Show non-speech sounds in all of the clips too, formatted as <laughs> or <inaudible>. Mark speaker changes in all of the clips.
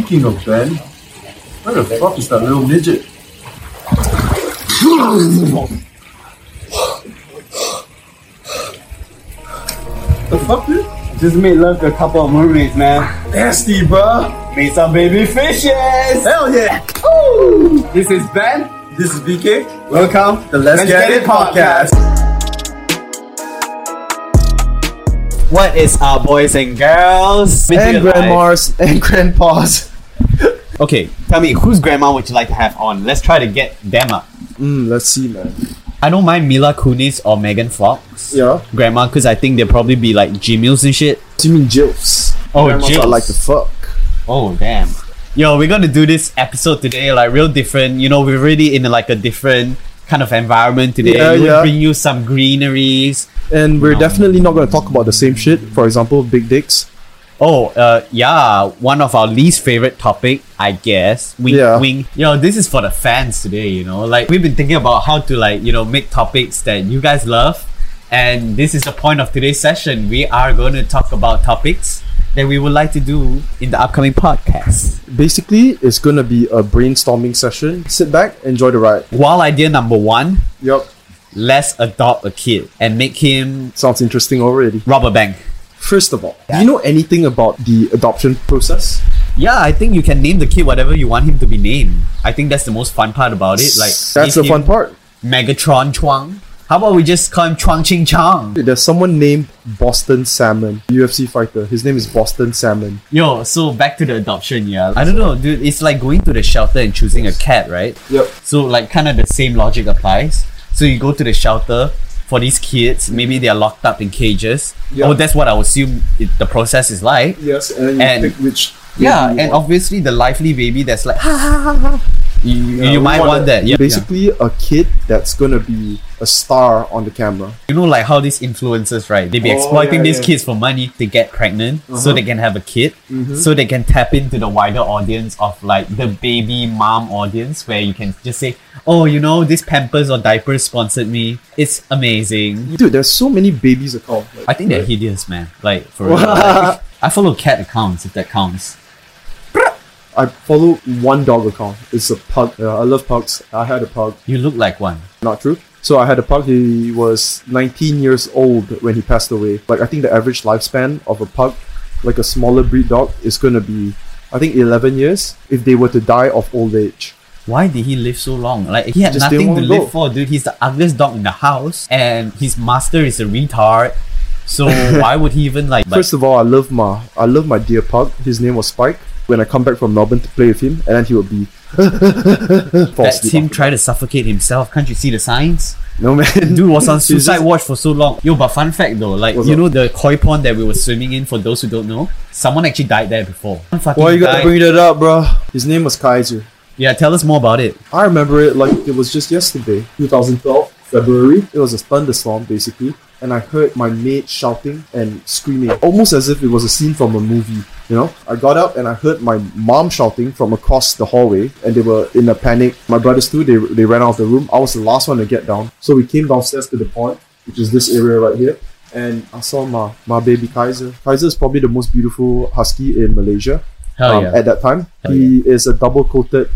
Speaker 1: Speaking of Ben, where the fuck is that little midget? the fuck, dude?
Speaker 2: Just made love to a couple of mermaids, man.
Speaker 1: Nasty, bruh.
Speaker 2: Made some baby fishes.
Speaker 1: Hell yeah.
Speaker 2: This is Ben.
Speaker 1: This is BK,
Speaker 2: Welcome
Speaker 1: the Let's, Get, It podcast.
Speaker 2: What is up, boys and girls? Been
Speaker 3: and
Speaker 2: to your life.
Speaker 3: grandmas and grandpas.
Speaker 2: Okay, tell me whose grandma would you like to have on? Let's try to get them up.
Speaker 3: Mm, let's see, man.
Speaker 2: I don't mind Mila Kunis or Megan Fox.
Speaker 3: Yeah.
Speaker 2: Grandma, because I think they'll probably be like G Mills and shit.
Speaker 3: Do you mean jilts?
Speaker 2: Oh,
Speaker 3: grandmas I
Speaker 2: jilts.
Speaker 3: like to fuck.
Speaker 2: Oh damn. Yo, we're gonna do this episode today, like real different. You know, we're really in like a different kind of environment today.
Speaker 3: Yeah,
Speaker 2: we'll
Speaker 3: yeah.
Speaker 2: bring you some greeneries.
Speaker 3: And we're
Speaker 2: No.
Speaker 3: definitely not going to talk about the same shit. For example, big dicks.
Speaker 2: Oh, uh, yeah, one of our least favorite topic, I guess. Wink,
Speaker 3: Yeah.
Speaker 2: wink. You know, this is for the fans today. You know, like we've been thinking about how to like you know make topics that you guys love, and this is the point of today's session. We are going to talk about topics that we would like to do in the upcoming podcast.
Speaker 3: Basically, it's going to be a brainstorming session. Sit back, enjoy the ride.
Speaker 2: While idea number one:
Speaker 3: Yep.
Speaker 2: let's adopt a kid and make him
Speaker 3: Sounds interesting already.
Speaker 2: rob a bank.
Speaker 3: First of all, do you know anything about the adoption process?
Speaker 2: Yeah, I think you can name the kid whatever you want him to be named. I think that's the most fun part about it. Like
Speaker 3: That's the
Speaker 2: make
Speaker 3: fun
Speaker 2: him-
Speaker 3: part.
Speaker 2: Megatron Chuang. How about we just call him Chuang Ching Chang?
Speaker 3: There's someone named Boston Salmon, UFC fighter. His name is Boston Salmon.
Speaker 2: Yo, so back to the adoption, yeah. I don't know, dude. It's like going to the shelter and choosing a cat, right?
Speaker 3: Yep.
Speaker 2: So like kind of the same logic applies. So you go to the shelter for these kids. Maybe they are locked up in cages.
Speaker 3: Yeah.
Speaker 2: Oh, that's what I assume it, the process is like.
Speaker 3: Yes, and,
Speaker 2: And-
Speaker 3: pick which.
Speaker 2: Yeah,
Speaker 3: baby you
Speaker 2: and
Speaker 3: want.
Speaker 2: obviously the lively baby that's like <laughs> ha ha ha ha. You, you-
Speaker 3: Yeah,
Speaker 2: you
Speaker 3: we
Speaker 2: might want that. Yeah. yeah.
Speaker 3: Basically, a kid that's gonna be a star on the camera.
Speaker 2: You know, like how these influencers, right? They be
Speaker 3: Oh,
Speaker 2: exploiting
Speaker 3: yeah,
Speaker 2: these
Speaker 3: yeah. Uh-huh.
Speaker 2: kids for money to get pregnant so they can have a kid,
Speaker 3: Mm-hmm.
Speaker 2: so they can tap into the wider audience of like the baby mom audience where you can just say, oh, you know, this Pampers or diapers sponsored me. It's amazing.
Speaker 3: Dude, there's so many babies account. Like,
Speaker 2: I think they're hideous, man. Like,
Speaker 3: <laughs>
Speaker 2: for real. Like, I follow cat accounts if that counts.
Speaker 3: I follow one dog account. It's a pug. Uh, I love pugs. I had a pug.
Speaker 2: You look like one.
Speaker 3: Not true. So I had a pug. He was 19 years old when he passed away. Like I think the average lifespan of a pug, like a smaller breed dog, is gonna be, I think 11 years if they were to die of old age.
Speaker 2: Why did he live so long? Like he had
Speaker 3: Just didn't
Speaker 2: nothing to
Speaker 3: wanna
Speaker 2: live
Speaker 3: go.
Speaker 2: for, dude. He's the ugliest dog in the house, and his master is a retard.
Speaker 3: <laughs>
Speaker 2: So why would he even like? but-
Speaker 3: First of all, I love my I love my dear pug. His name was Spike. When I come back from Melbourne to play with him, and then he would be <laughs> fall
Speaker 2: That's
Speaker 3: asleep.
Speaker 2: him
Speaker 3: after.
Speaker 2: try to suffocate himself. Can't you see
Speaker 3: <laughs>
Speaker 2: the signs?
Speaker 3: no man,
Speaker 2: Dude was on
Speaker 3: He's just-
Speaker 2: suicide watch for so long. Yo, but fun fact though, like
Speaker 3: What's
Speaker 2: you
Speaker 3: up?
Speaker 2: know the koi pond that we were swimming in. For those who don't know, someone actually died there before. Someone fucking
Speaker 3: Why you gotta
Speaker 2: died.
Speaker 3: bring that up, bro? His name was Kaiser.
Speaker 2: yeah, tell us more about it.
Speaker 3: I remember it like it was just yesterday, 2012 February. It was a thunderstorm basically, and I heard my mate shouting and screaming, almost as if it was a scene from a movie. You know, I got up and I heard my mom shouting from across the hallway, and they were in a panic. My brothers too. They they ran out of the room. I was the last one to get down, so we came downstairs to the pond, which is this area right here. And I saw my, my baby Kaiser. Kaiser is probably the most beautiful husky in Malaysia
Speaker 2: Hell
Speaker 3: um,
Speaker 2: Oh, yeah.
Speaker 3: at that time.
Speaker 2: Hell
Speaker 3: he is a double coated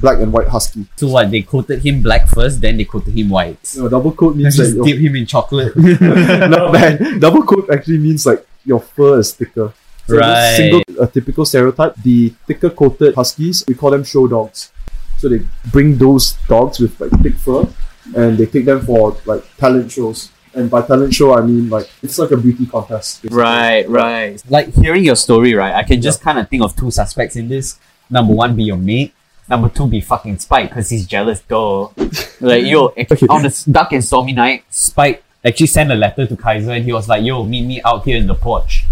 Speaker 3: black and white husky.
Speaker 2: so what they coated him black first, then they coated him white.
Speaker 3: You know, double coat means
Speaker 2: Just
Speaker 3: that <laughs> your,
Speaker 2: dip him in chocolate. <laughs>
Speaker 3: no man. Double coat actually means like your fur is thicker. So
Speaker 2: Right.
Speaker 3: this Single, a typical stereotype. The thicker coated huskies, we call them show dogs. So they bring those dogs with like thick fur, and they take them for like talent shows. And by talent show, I mean like it's like a beauty contest. basically.
Speaker 2: Right, right. Like hearing your story, right? I can just kind of think of two suspects in this. Number one, be your mate. Number two, be fucking Spike because he's jealous, <laughs> though. like, yo, on the dark and stormy night, Spike actually sent a letter to Kaiser and he was like, yo, meet me out here in the porch.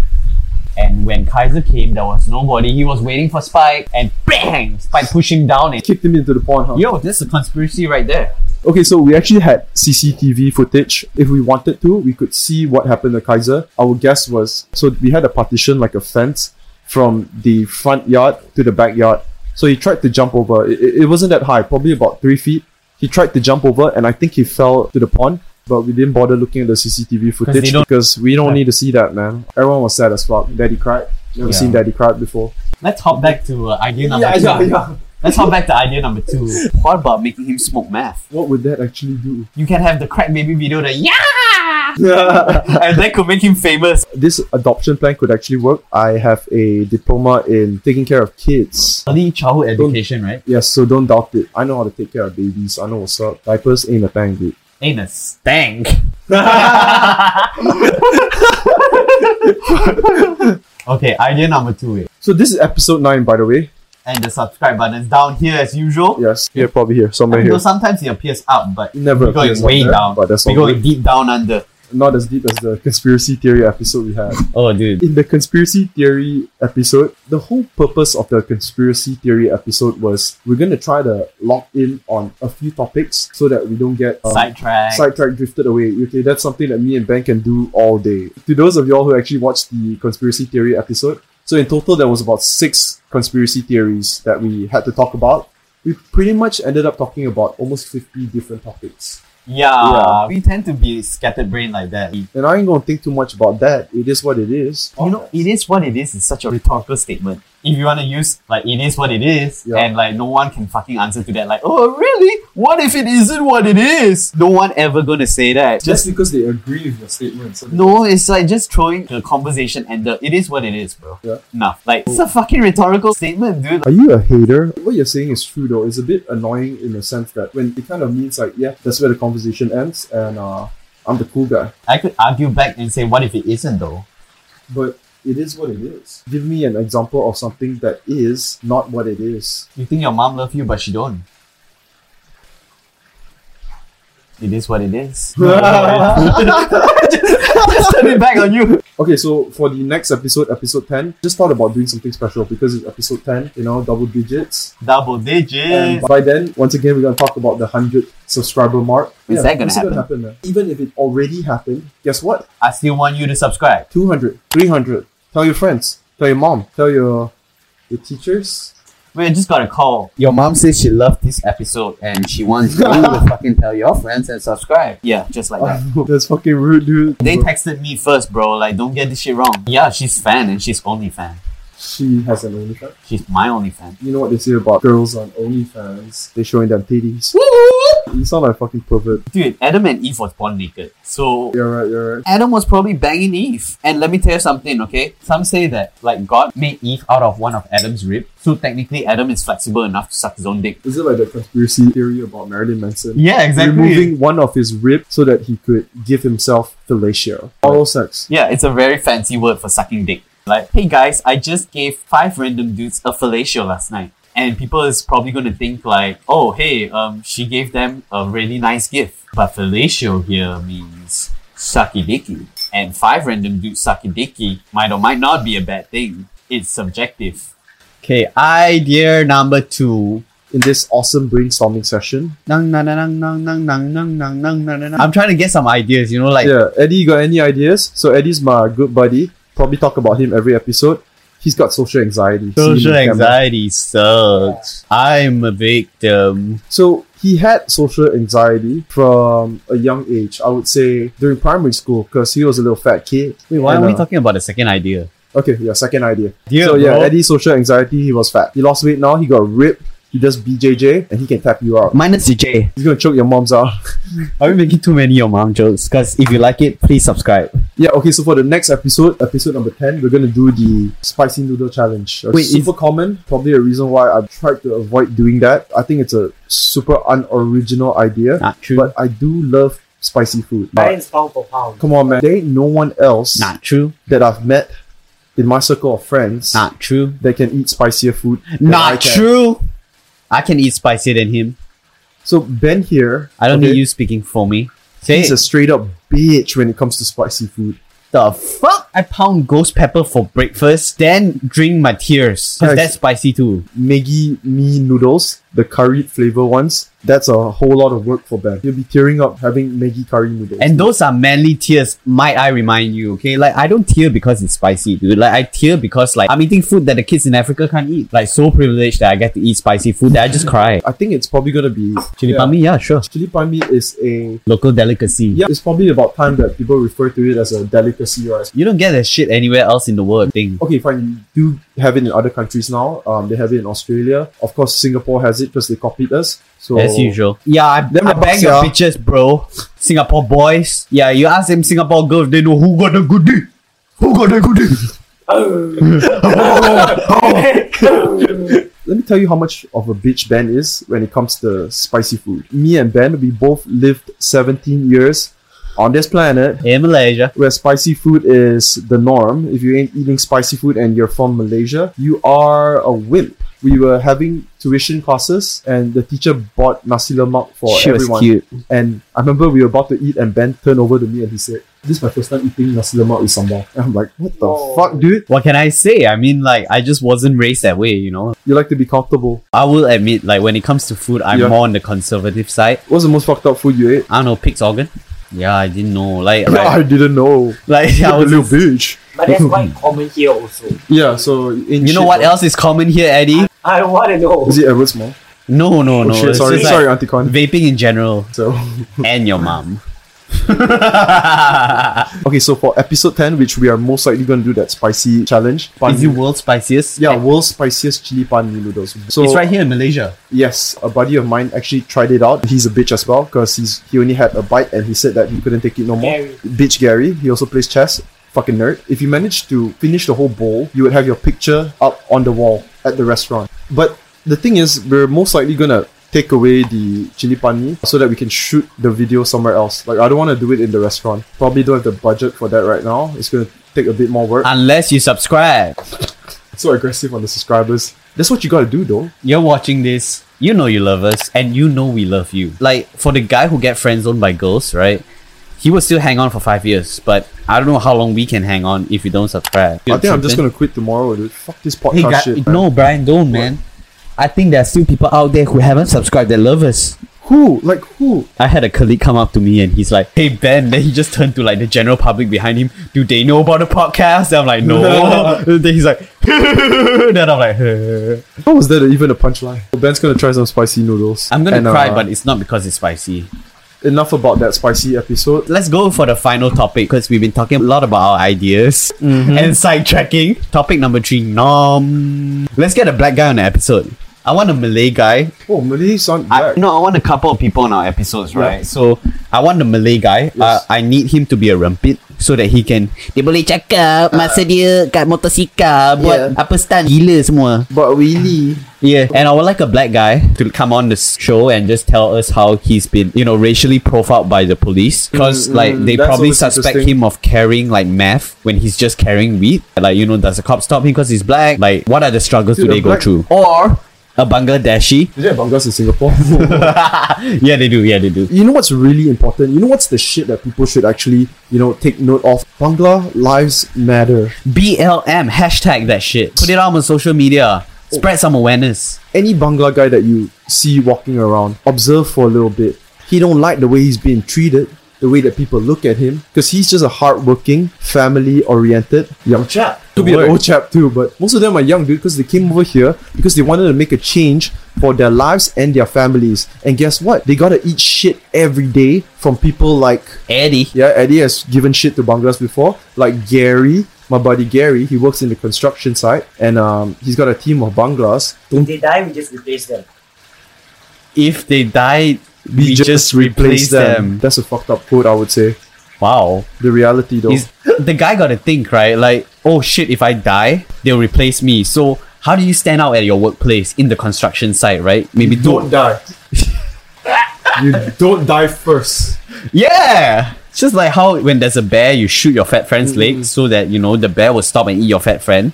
Speaker 2: And when Kaiser came, there was nobody. He was waiting for Spike and bang! Spike pushed him down and
Speaker 3: Kicked him into the pond. Huh?
Speaker 2: yo, this is a conspiracy right there.
Speaker 3: Okay, so we actually had CCTV footage. If we wanted to, we could see what happened to Kaiser. Our guess was so we had a partition like a fence from the front yard to the backyard. So he tried to jump over. It, it it wasn't that high, probably about three feet. He tried to jump over, and I think he fell to the pond. But we didn't bother looking at the CCTV
Speaker 2: they
Speaker 3: footage
Speaker 2: don't-
Speaker 3: because we don't need to see that, man. Everyone was sad as fuck. Daddy cried. Never
Speaker 2: Yeah.
Speaker 3: seen Daddy Crab before.
Speaker 2: Let's hop back to uh, idea number two. Let's hop back to idea number two. What about making him smoke meth?
Speaker 3: What would that actually do? <laughs>
Speaker 2: You can have the crack baby video that yeah, and that could make him famous.
Speaker 3: this adoption plan could actually work. I have a diploma in taking care of kids.
Speaker 2: Early childhood education, right?
Speaker 3: Yes, so don't doubt it. I know how to take care of babies. I know what's up. Diapers ain't a thing, dude.
Speaker 2: Ain't
Speaker 3: <laughs>
Speaker 2: a stank. okay, idea number two. eh.
Speaker 3: So this is episode nine, by the way.
Speaker 2: And the subscribe button is down here as usual.
Speaker 3: Yes, here, probably here, somewhere
Speaker 2: Though
Speaker 3: here.
Speaker 2: sometimes it appears up, but
Speaker 3: Never
Speaker 2: we're going
Speaker 3: appears up
Speaker 2: way
Speaker 3: there,
Speaker 2: down.
Speaker 3: but that's
Speaker 2: we're
Speaker 3: all
Speaker 2: going
Speaker 3: good.
Speaker 2: deep down under.
Speaker 3: Not as deep as the conspiracy theory episode we had.
Speaker 2: Oh, dude.
Speaker 3: In the conspiracy theory episode, the whole purpose of the conspiracy theory episode was we're gonna try to lock in on a few topics so that we don't get um,
Speaker 2: Sidetrack.
Speaker 3: sidetrack drifted away. Okay, that's something that me and Ben can do all day. To those of y'all who actually watched the conspiracy theory episode, so in total there was about six conspiracy theories that we had to talk about. We pretty much ended up talking about almost fifty different topics.
Speaker 2: yeah,
Speaker 3: Yeah.
Speaker 2: We tend to be scattered brain like that. You
Speaker 3: And I ain't gonna think too much about that. It is what it is.
Speaker 2: know, it is what it is is such a rhetorical statement. If you want to use like it is what it is,
Speaker 3: Yeah.
Speaker 2: and like no one can fucking answer to that. Like, oh really? What if it isn't what it is? No one ever gonna say that.
Speaker 3: just because they agree with your statement. So
Speaker 2: No, it's like just throwing the conversation and the it is what it is, bro.
Speaker 3: Yeah.
Speaker 2: Nah, like it's a fucking rhetorical statement, dude.
Speaker 3: Are you a hater? What you're saying is true though. It's a bit annoying in the sense that when it kind of means like, yeah, that's where the conversation ends, and uh, I'm the cool guy.
Speaker 2: I could argue back and say, what if it isn't though?
Speaker 3: but it is what it is. Give me an example of something that is not what it is.
Speaker 2: You think your mom love you, but she don't. It is what it is.
Speaker 3: <laughs>
Speaker 2: <laughs> just turn it back on you.
Speaker 3: Okay, so for the next episode, episode 10, just thought about doing something special because it's episode 10, you know, double digits.
Speaker 2: Double
Speaker 3: And
Speaker 2: digits.
Speaker 3: by then, once again, we're going to talk about the 100 subscriber mark.
Speaker 2: Is that gonna
Speaker 3: it's gonna
Speaker 2: happen?
Speaker 3: man. Even if it already happened, guess what?
Speaker 2: I still want you to subscribe.
Speaker 3: 200, 300. Tell your friends, tell your mom, tell your, your teachers.
Speaker 2: Man, just got a call. Your mom says she loved this episode and she wants you <laughs> to fucking tell your friends and subscribe. Yeah, just like that.
Speaker 3: <laughs> That's fucking rude, dude.
Speaker 2: They texted me first, bro. Like, don't get this shit wrong. Yeah, she's fan and she's only fan.
Speaker 3: she has an OnlyFans.
Speaker 2: She's my only <laughs> fan.
Speaker 3: You know what they say about girls on OnlyFans? They're showing them titties. You sound like a fucking pervert.
Speaker 2: Dude, Adam and Eve was born naked. So
Speaker 3: You're right, you're right.
Speaker 2: Adam was probably banging Eve. And let me tell you something, okay? Some say that like God made Eve out of one of Adam's rib. So technically Adam is flexible enough to suck his own dick.
Speaker 3: Is it like the conspiracy theory about Marilyn Manson?
Speaker 2: Yeah,
Speaker 3: Removing one of his rib so that he could give himself fellatio. Oral sex.
Speaker 2: Yeah, it's a very fancy word for sucking dick. Like, hey guys, I just gave five random dudes a fellatio last night. And people is probably gonna think like, oh hey, um she gave them a really nice gift. But fellatio here means sucky dicky. And five random dudes sucky dicky might or might not be a bad thing. It's subjective. Okay, idea number two.
Speaker 3: In this awesome brainstorming session.
Speaker 2: Nang, nang, nang, nang, nang, nang, nang, nang, nang, nang, nang. I'm trying to get some ideas, you know, like
Speaker 3: Yeah, Eddie, you got any ideas? So Eddie's my good buddy. Probably talk about him every episode. He's got social anxiety. See
Speaker 2: Social
Speaker 3: him in camera.
Speaker 2: anxiety sucks. I'm a victim.
Speaker 3: So he had social anxiety from a young age. I would say during primary school because he was a little fat kid. Wait,
Speaker 2: Why are we talking about the second idea?
Speaker 3: Okay, yeah, second idea.
Speaker 2: Yeah,
Speaker 3: so yeah,
Speaker 2: bro.
Speaker 3: Eddie social anxiety. He was fat. He lost weight now. He got ripped. He does BJJ and he can tap you out.
Speaker 2: Minus J.
Speaker 3: He's gonna choke your mom's out. <laughs>
Speaker 2: Are we making too many your mom jokes? Because if you like it, please subscribe.
Speaker 3: yeah. Okay. So for the next episode, episode number ten, we're gonna do the spicy noodle challenge. Uh,
Speaker 2: Wait, is-
Speaker 3: super common. Probably a reason why I've tried to avoid doing that. I think it's a super unoriginal idea,
Speaker 2: Not true.
Speaker 3: but I do love spicy food.
Speaker 4: That is pound for pound.
Speaker 3: Come on, man. There ain't no one else
Speaker 2: not true.
Speaker 3: that I've met in my circle of friends
Speaker 2: Not true.
Speaker 3: that can eat spicier food. than I
Speaker 2: Not
Speaker 3: can.
Speaker 2: true. I can eat spicier than him.
Speaker 3: So Ben here,
Speaker 2: I don't
Speaker 3: okay,
Speaker 2: need you speaking for me. Say
Speaker 3: He's a straight up bitch when it comes to spicy food.
Speaker 2: the fuck. I pound ghost pepper for breakfast, then drink my tears. Cause
Speaker 3: Guys.
Speaker 2: that's spicy too.
Speaker 3: Maggie mee noodles, the curry flavor ones. That's a whole lot of work for Ben. He'll be tearing up having Maggie curry noodles.
Speaker 2: And those are manly tears, might I remind you, okay? Like, I don't tear because it's spicy, dude. Like, I tear because, like, I'm eating food that the kids in Africa can't eat. Like, so privileged that I get to eat spicy food that I just
Speaker 3: <laughs>
Speaker 2: cry.
Speaker 3: I think it's probably gonna be
Speaker 2: Chili
Speaker 3: yeah.
Speaker 2: yeah. pami, yeah, sure.
Speaker 3: Chili pan mee is a
Speaker 2: Local delicacy.
Speaker 3: yeah. It's probably about time that people refer to it as a delicacy, right?
Speaker 2: You don't get get that shit anywhere else in the world. Thing.
Speaker 3: Okay, fine. You do have it in other countries now. Um, they have it in Australia. Of course, Singapore has it because they copied us. So
Speaker 2: As usual. Yeah, I,
Speaker 3: Them
Speaker 2: I
Speaker 3: the box,
Speaker 2: bang your
Speaker 3: yeah.
Speaker 2: bitches, bro. Singapore boys. Yeah, you ask them Singapore girls, they know who got the goodie. Who got the
Speaker 3: <laughs>
Speaker 2: goodie?
Speaker 3: Let me tell you how much of a bitch Ben is when it comes to spicy food. Me and Ben, we both lived 17 years on this planet
Speaker 2: In Eh, Malaysia.
Speaker 3: where spicy food is the norm. If you ain't eating spicy food and you're from Malaysia, you are a wimp. We were having tuition classes and the teacher bought nasi lemak for
Speaker 2: she was
Speaker 3: everyone.
Speaker 2: cute.
Speaker 3: And I remember we were about to eat, and Ben turned over to me and he said, "This is my first time eating nasi lemak with sambal." And I'm like, "What the fuck, dude?
Speaker 2: What can I say? I mean, like, I just wasn't raised that way, you know?
Speaker 3: You like to be comfortable."
Speaker 2: I will admit, like, when it comes to food, I'm
Speaker 3: Yeah.
Speaker 2: more on the conservative side.
Speaker 3: What's the most fucked up food you ate?
Speaker 2: I don't know, pig's organ? Yeah, I didn't know. Like,
Speaker 3: I
Speaker 2: right,
Speaker 3: didn't know.
Speaker 2: like I
Speaker 3: You're <laughs> a
Speaker 2: was
Speaker 3: little bitch.
Speaker 4: But that's
Speaker 3: <laughs>
Speaker 4: quite common here also.
Speaker 3: Yeah. So in
Speaker 2: You know what else is common here, Eddie?
Speaker 4: I want to know.
Speaker 3: Is it Edward's mom?
Speaker 2: No, no,
Speaker 3: Oh,
Speaker 2: no.
Speaker 3: shit,
Speaker 2: it's
Speaker 3: sorry,
Speaker 2: just like
Speaker 3: sorry, Auntie Con.
Speaker 2: Vaping in general
Speaker 3: So <laughs>
Speaker 2: and your mom.
Speaker 3: okay, so for episode ten, which we are most likely going to do that spicy challenge. Pan-
Speaker 2: is it world's spiciest?
Speaker 3: yeah, world's spiciest chili pan mee noodles. So
Speaker 2: it's right here in Malaysia.
Speaker 3: Yes, a buddy of mine actually tried it out. He's a bitch as well because he's he only had a bite and he said that he couldn't take it no more.
Speaker 4: Gary.
Speaker 3: Bitch Gary. He also plays chess. Fucking nerd. If you managed to finish the whole bowl, you would have your picture up on the wall at the restaurant. But the thing is, we're most likely gonna take away the chili pani so that we can shoot the video somewhere else. Like I don't want to do it in the restaurant. Probably don't have the budget for that right now. It's gonna take a bit more work.
Speaker 2: Unless you subscribe.
Speaker 3: so aggressive on the subscribers. That's what you gotta do though.
Speaker 2: You're watching this. You know you love us and you know we love you. Like for the guy who get friend zoned by girls, right? He will still hang on for five years, but I don't know how long we can hang on if you don't subscribe.
Speaker 3: I think I'm just gonna quit tomorrow, dude. Fuck this podcast
Speaker 2: Hey, guy,
Speaker 3: shit. man.
Speaker 2: no, Brian, don't, man. I think there are still people out there who haven't subscribed that love us.
Speaker 3: Who? Like who?
Speaker 2: I had a colleague come up to me and he's like, "Hey Ben," then he just turned to like the general public behind him. Do they know about the podcast? And I'm like,
Speaker 3: <laughs>
Speaker 2: "No." then he's like, <laughs> then I'm like, <laughs>
Speaker 3: How was that even a punchline? Ben's gonna try some spicy noodles.
Speaker 2: I'm gonna
Speaker 3: And,
Speaker 2: cry,
Speaker 3: uh,
Speaker 2: but it's not because it's spicy.
Speaker 3: enough about that spicy episode.
Speaker 2: Let's go for the final topic because we've been talking a lot about our ideas
Speaker 3: Mm-hmm.
Speaker 2: and sidetracking. Topic number three, nom. Let's get a black guy on the episode. I want a Malay guy
Speaker 3: Oh, Malay sound
Speaker 2: I,
Speaker 3: black.
Speaker 2: no, I want a couple of people on our episodes,
Speaker 3: Yeah.
Speaker 2: right? So I want the Malay guy. Uh, I need him to be a rempit so that he can Uh. dia boleh cakap masa dia kat motosikal buat
Speaker 3: Yeah.
Speaker 2: apa stunt gila semua.
Speaker 3: But really,
Speaker 2: Yeah, and I would like a black guy to come on the show and just tell us how he's been, you know, racially profiled by the police because
Speaker 3: Mm,
Speaker 2: like
Speaker 3: mm,
Speaker 2: they
Speaker 3: that's
Speaker 2: probably
Speaker 3: always
Speaker 2: suspect
Speaker 3: interesting.
Speaker 2: him of carrying like meth when he's just carrying weed. Like you know, does the cop stop him because he's black? Like what are the struggles
Speaker 3: Dude, a
Speaker 2: do they go
Speaker 3: black-
Speaker 2: through? Or a Bangladeshi? <laughs>
Speaker 3: is there bangas in Singapore? <laughs>
Speaker 2: yeah, they do. Yeah, they do.
Speaker 3: you know what's really important? You know what's the shit that people should actually, you know, take note of? Bangla lives matter.
Speaker 2: BLM hashtag that shit. Put it out on social media. Spread some awareness.
Speaker 3: Any Bangla guy that you see walking around, observe for a little bit. He don't like the way he's being treated, the way that people look at him, because he's just a hardworking, family-oriented young
Speaker 4: Chap.
Speaker 3: to be
Speaker 2: Word.
Speaker 3: an old chap too, but most of them are young, dude, because they came over here because they wanted to make a change for their lives and their families. And guess what? They gotta eat shit every day from people like
Speaker 2: Eddie.
Speaker 3: yeah, Eddie has given shit to Banglas before, like Gary, my buddy Gary. He works in the construction site, and um, he's got a team of Banglas.
Speaker 4: If
Speaker 3: Don't
Speaker 4: they die, we just replace them.
Speaker 2: If they died, we, just, replace them.
Speaker 3: That's a fucked up quote, I would say.
Speaker 2: Wow.
Speaker 3: The reality though.
Speaker 2: Is the guy got to think right? Like, oh shit, if I die, they'll replace me. So how do you stand out at your workplace in the construction site, right? Maybe do
Speaker 3: die. you
Speaker 2: <laughs>
Speaker 3: don't die first.
Speaker 2: Yeah. It's Just like how when there's a bear, you shoot your fat friend's
Speaker 3: Mm-hmm.
Speaker 2: leg so that you know the bear will stop and eat your fat friend,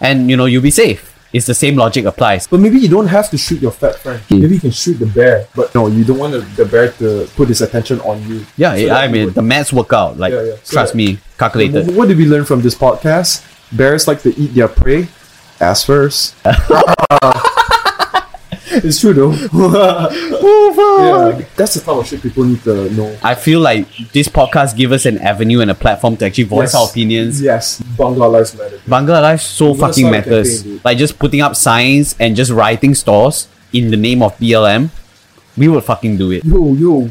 Speaker 2: and you know you'll be safe. It's the same logic applies.
Speaker 3: But maybe you don't have to shoot your fat friend.
Speaker 2: Hmm.
Speaker 3: Maybe you can shoot the bear. But no, you don't want the- the bear to put his attention on you.
Speaker 2: Yeah,
Speaker 3: So
Speaker 2: I
Speaker 3: that
Speaker 2: mean
Speaker 3: would-
Speaker 2: the maths work out. Like
Speaker 3: Yeah, yeah. So Mm-hmm.
Speaker 2: trust
Speaker 3: that-
Speaker 2: me,
Speaker 3: Wh-
Speaker 2: calculated.
Speaker 3: What did we learn from this podcast? Bears like to eat their prey ass
Speaker 2: <laughs>
Speaker 3: first. <laughs> it's true though. yeah, that's the type of shit people need to know.
Speaker 2: I feel like this podcast gives us an avenue and a platform to actually voice
Speaker 3: Yes.
Speaker 2: our opinions.
Speaker 3: Yes, Bangla lives matter.
Speaker 2: Bangla life so
Speaker 3: gonna
Speaker 2: fucking
Speaker 3: start a
Speaker 2: matters.
Speaker 3: campaign, dude.
Speaker 2: like just putting up signs and just writing stores in the name of BLM, we will fucking do it.
Speaker 3: Yo, yo.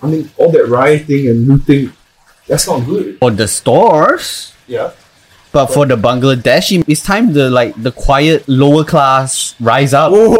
Speaker 3: I mean, all that rioting and looting, that's not good.
Speaker 2: For the stores,
Speaker 3: Yeah.
Speaker 2: But for the Bangladeshi, it's time the like the quiet lower class rise up.
Speaker 3: Oh,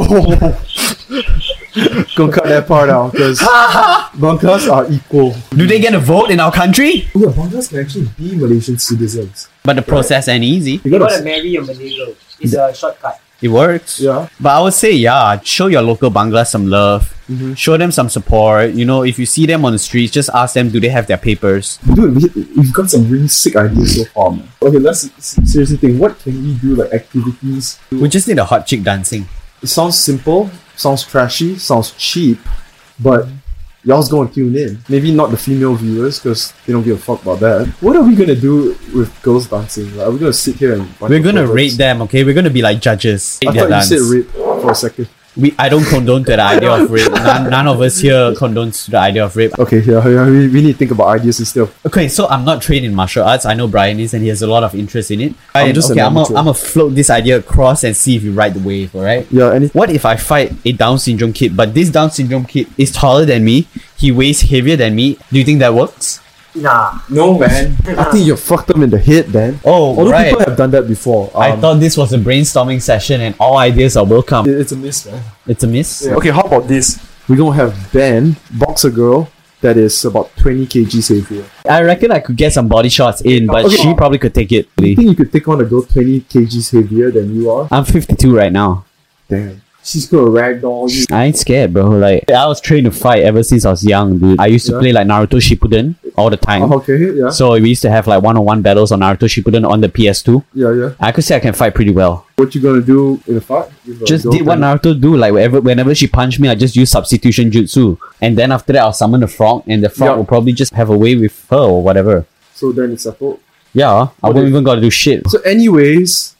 Speaker 3: go cut that part out because <laughs> Bangkas are equal.
Speaker 2: Do they get a vote in our country?
Speaker 3: Oh, yeah, Bangkas can actually be Malaysian citizens.
Speaker 2: But the process ain't easy.
Speaker 3: You
Speaker 4: You want to
Speaker 3: gotta,
Speaker 4: marry a Malay girl. It's a shortcut.
Speaker 2: It works.
Speaker 3: yeah.
Speaker 2: But I would say, yeah, show your local Bangla some love.
Speaker 3: Mm-hmm.
Speaker 2: Show them some support. You know, if you see them on the streets, just ask them, do they have their papers?
Speaker 3: Dude, we, we've got some really sick ideas so far, man. Okay, let's s- seriously think. What can we do, like activities?
Speaker 2: We just need a hot chick dancing.
Speaker 3: It sounds simple, sounds trashy, sounds cheap, but y'all's gonna tune in. Maybe not the female viewers because they don't give a fuck about that. What are we gonna do with girls dancing? Like, are we gonna sit here and watch the
Speaker 2: We're gonna
Speaker 3: photos?
Speaker 2: rate them, okay? We're gonna be like judges.
Speaker 3: I
Speaker 2: Rate their
Speaker 3: thought you
Speaker 2: dance.
Speaker 3: said rape for a second.
Speaker 2: we, I don't
Speaker 3: <laughs>
Speaker 2: condone to the idea of rape. None, none of us here condones to the idea of rape.
Speaker 3: Okay, yeah, yeah we, we need to think about ideas instead of
Speaker 2: Okay, so I'm not trained in martial arts. I know Brian is, and he has a lot of interest in it.
Speaker 3: I'm
Speaker 2: Brian,
Speaker 3: just an
Speaker 2: okay, I'm
Speaker 3: amateur.
Speaker 2: gonna I'm gonna float this idea across and see if you ride the wave. All right.
Speaker 3: yeah. Any
Speaker 2: What if I fight a Down syndrome kid, but this Down syndrome kid is taller than me, he weighs heavier than me? Do you think that works?
Speaker 4: Nah.
Speaker 3: no man. I think you fucked them in the head, then.
Speaker 2: Oh,
Speaker 3: Although
Speaker 2: right.
Speaker 3: people have done that before.
Speaker 2: I
Speaker 3: um,
Speaker 2: thought this was a brainstorming session and all ideas are welcome.
Speaker 3: it- it's a miss, man.
Speaker 2: It's a miss.
Speaker 3: Okay, how about this? We're gonna have Ben box a girl that is about 20 kgs heavier.
Speaker 2: I reckon I could get some body shots in, but
Speaker 3: Okay.
Speaker 2: she probably could take it.
Speaker 3: You think you could take on a girl 20 kgs heavier than you are?
Speaker 2: I'm 52 right now.
Speaker 3: Damn. She's gonna ragdoll you.
Speaker 2: I ain't scared, bro. Like I was trained to fight ever since I was young, dude. I used to
Speaker 3: Yeah.
Speaker 2: play like Naruto Shippuden all the time.
Speaker 3: Oh, okay, yeah,
Speaker 2: So we used to have like one-on-one battles on Naruto Shippuden on the PS2.
Speaker 3: yeah, yeah.
Speaker 2: I could say I can fight pretty well.
Speaker 3: What you gonna do in a fight? With a
Speaker 2: just
Speaker 3: girl
Speaker 2: did what
Speaker 3: 20
Speaker 2: Naruto do. Like whenever, whenever she punched me, I just use substitution jutsu, and then after that, I'll summon the frog, and the frog
Speaker 3: Yeah.
Speaker 2: will probably just have a way with her or whatever.
Speaker 3: So then it's settled.
Speaker 2: Yeah, I
Speaker 3: What
Speaker 2: won't
Speaker 3: if-
Speaker 2: even gotta do shit.
Speaker 3: So, anyways,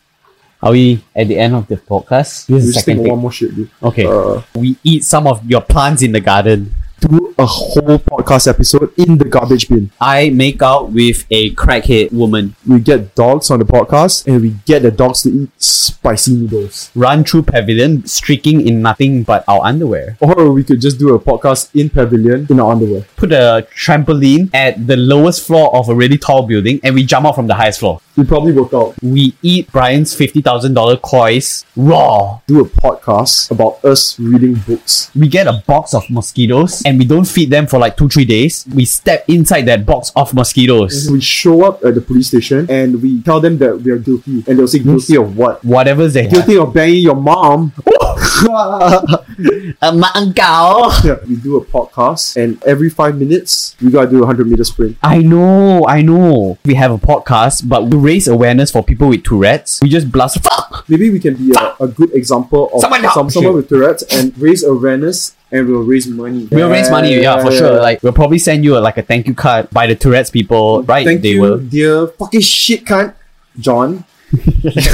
Speaker 2: Are we at the end of the podcast? This
Speaker 3: we
Speaker 2: is the
Speaker 3: just think
Speaker 2: second
Speaker 3: of
Speaker 2: thing.
Speaker 3: one more shit, dude.
Speaker 2: Okay,
Speaker 3: Uh,
Speaker 2: we eat some of your plants in the garden.
Speaker 3: do a whole podcast episode in the garbage bin.
Speaker 2: I make out with a crackhead woman.
Speaker 3: We get dogs on the podcast, and we get the dogs to eat spicy noodles.
Speaker 2: Run through pavilion, streaking in nothing but our underwear.
Speaker 3: Or we could just do a podcast in pavilion in our underwear.
Speaker 2: Put a trampoline at the lowest floor of a really tall building, and we jump out from the highest floor.
Speaker 3: We probably work out.
Speaker 2: we eat Brian's fifty thousand dollar coins raw.
Speaker 3: Do a podcast about us reading books.
Speaker 2: We get a box of mosquitoes and we don't feed them for like two three days. We step inside that box of mosquitoes.
Speaker 3: We show up at the police station and we tell them that we are guilty, and they'll say guilty of what?
Speaker 2: Whatever's there.
Speaker 3: Guilty of banging your mom.
Speaker 2: <laughs>
Speaker 3: <laughs>
Speaker 2: Uh, ma engkau.
Speaker 3: Yeah, we do a podcast, and every five minutes we gotta do a hundred meter sprint.
Speaker 2: I know, I know. We have a podcast, but we raise awareness for people with Tourette's. We just blast fuck.
Speaker 3: Maybe we can be a, a good example of
Speaker 2: Someone help!
Speaker 3: some, someone with Tourette's and raise awareness, and we'll raise money.
Speaker 2: We'll raise money, yeah, for sure. Like we'll probably send you a, like a thank you card by the Tourette's people, right?
Speaker 3: Thank you,
Speaker 2: they will.
Speaker 3: dear fucking shit cunt, John. <laughs>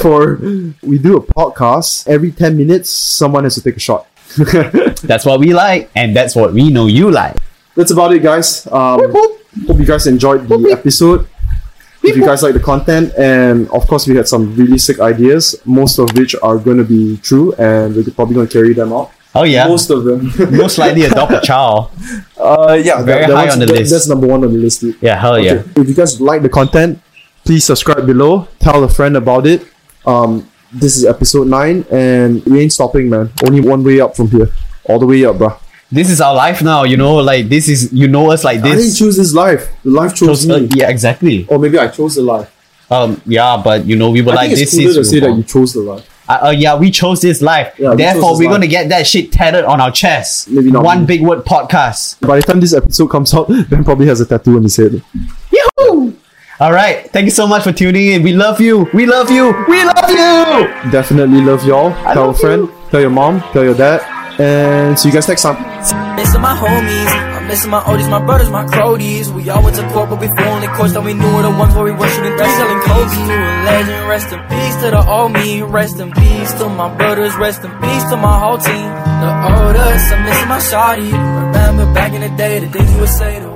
Speaker 3: for we do a podcast every 10 minutes someone has to take a shot <laughs>
Speaker 2: That's what we like, and that's what we know you like.
Speaker 3: that's about it guys um hope you guys enjoyed the episode if you guys like the content and of course we had some really sick ideas most of which are going to be true and we're probably going to carry them out
Speaker 2: Oh yeah, most,
Speaker 3: most of them
Speaker 2: likely adopt a child.
Speaker 3: <laughs> uh yeah
Speaker 2: Very high
Speaker 3: one's-
Speaker 2: on the list.
Speaker 3: that's number one on the list dude.
Speaker 2: Yeah, hell yeah.
Speaker 3: Okay. If you guys like the content, please subscribe below. Tell a friend about it. Um, this is episode nine, and we ain't stopping, man. Only one way up from here, all the way up, bruh.
Speaker 2: this is our life now, you know, like this is you know us like
Speaker 3: I didn't
Speaker 2: this.
Speaker 3: choose this life. The life chose,
Speaker 2: Uh,
Speaker 3: me.
Speaker 2: yeah, exactly.
Speaker 3: Or maybe I chose the life.
Speaker 2: Um, yeah, but you know, we were
Speaker 3: I
Speaker 2: like,
Speaker 3: think
Speaker 2: this
Speaker 3: it's cooler
Speaker 2: is.
Speaker 3: to say that
Speaker 2: wrong.
Speaker 3: you chose the life.
Speaker 2: uh, uh, yeah, we chose this life.
Speaker 3: Yeah, we chose
Speaker 2: Therefore,
Speaker 3: this
Speaker 2: we're
Speaker 3: life.
Speaker 2: gonna get that shit tattered on our chest.
Speaker 3: Maybe not
Speaker 2: One
Speaker 3: me.
Speaker 2: big word podcast.
Speaker 3: By the time this episode comes out, <laughs> Ben probably has a tattoo on his head.
Speaker 2: Yahoo! All right, thank you so much for tuning in. We love you. We love you. We love you.
Speaker 3: Definitely love y'all. tell a friend. Tell your mom. Tell your dad. And see you guys next time.
Speaker 5: Missing my homies, I'm missing my oldies, my brothers, my cronies. We all went to court, but we only courts that we knew were the ones where we were shooting threes, selling coke to a legend. Rest in peace to the old me, rest in peace to my brothers, rest in peace to my whole team. The oldest, I'm missing my shoddy. Remember back in the day, the things you would say to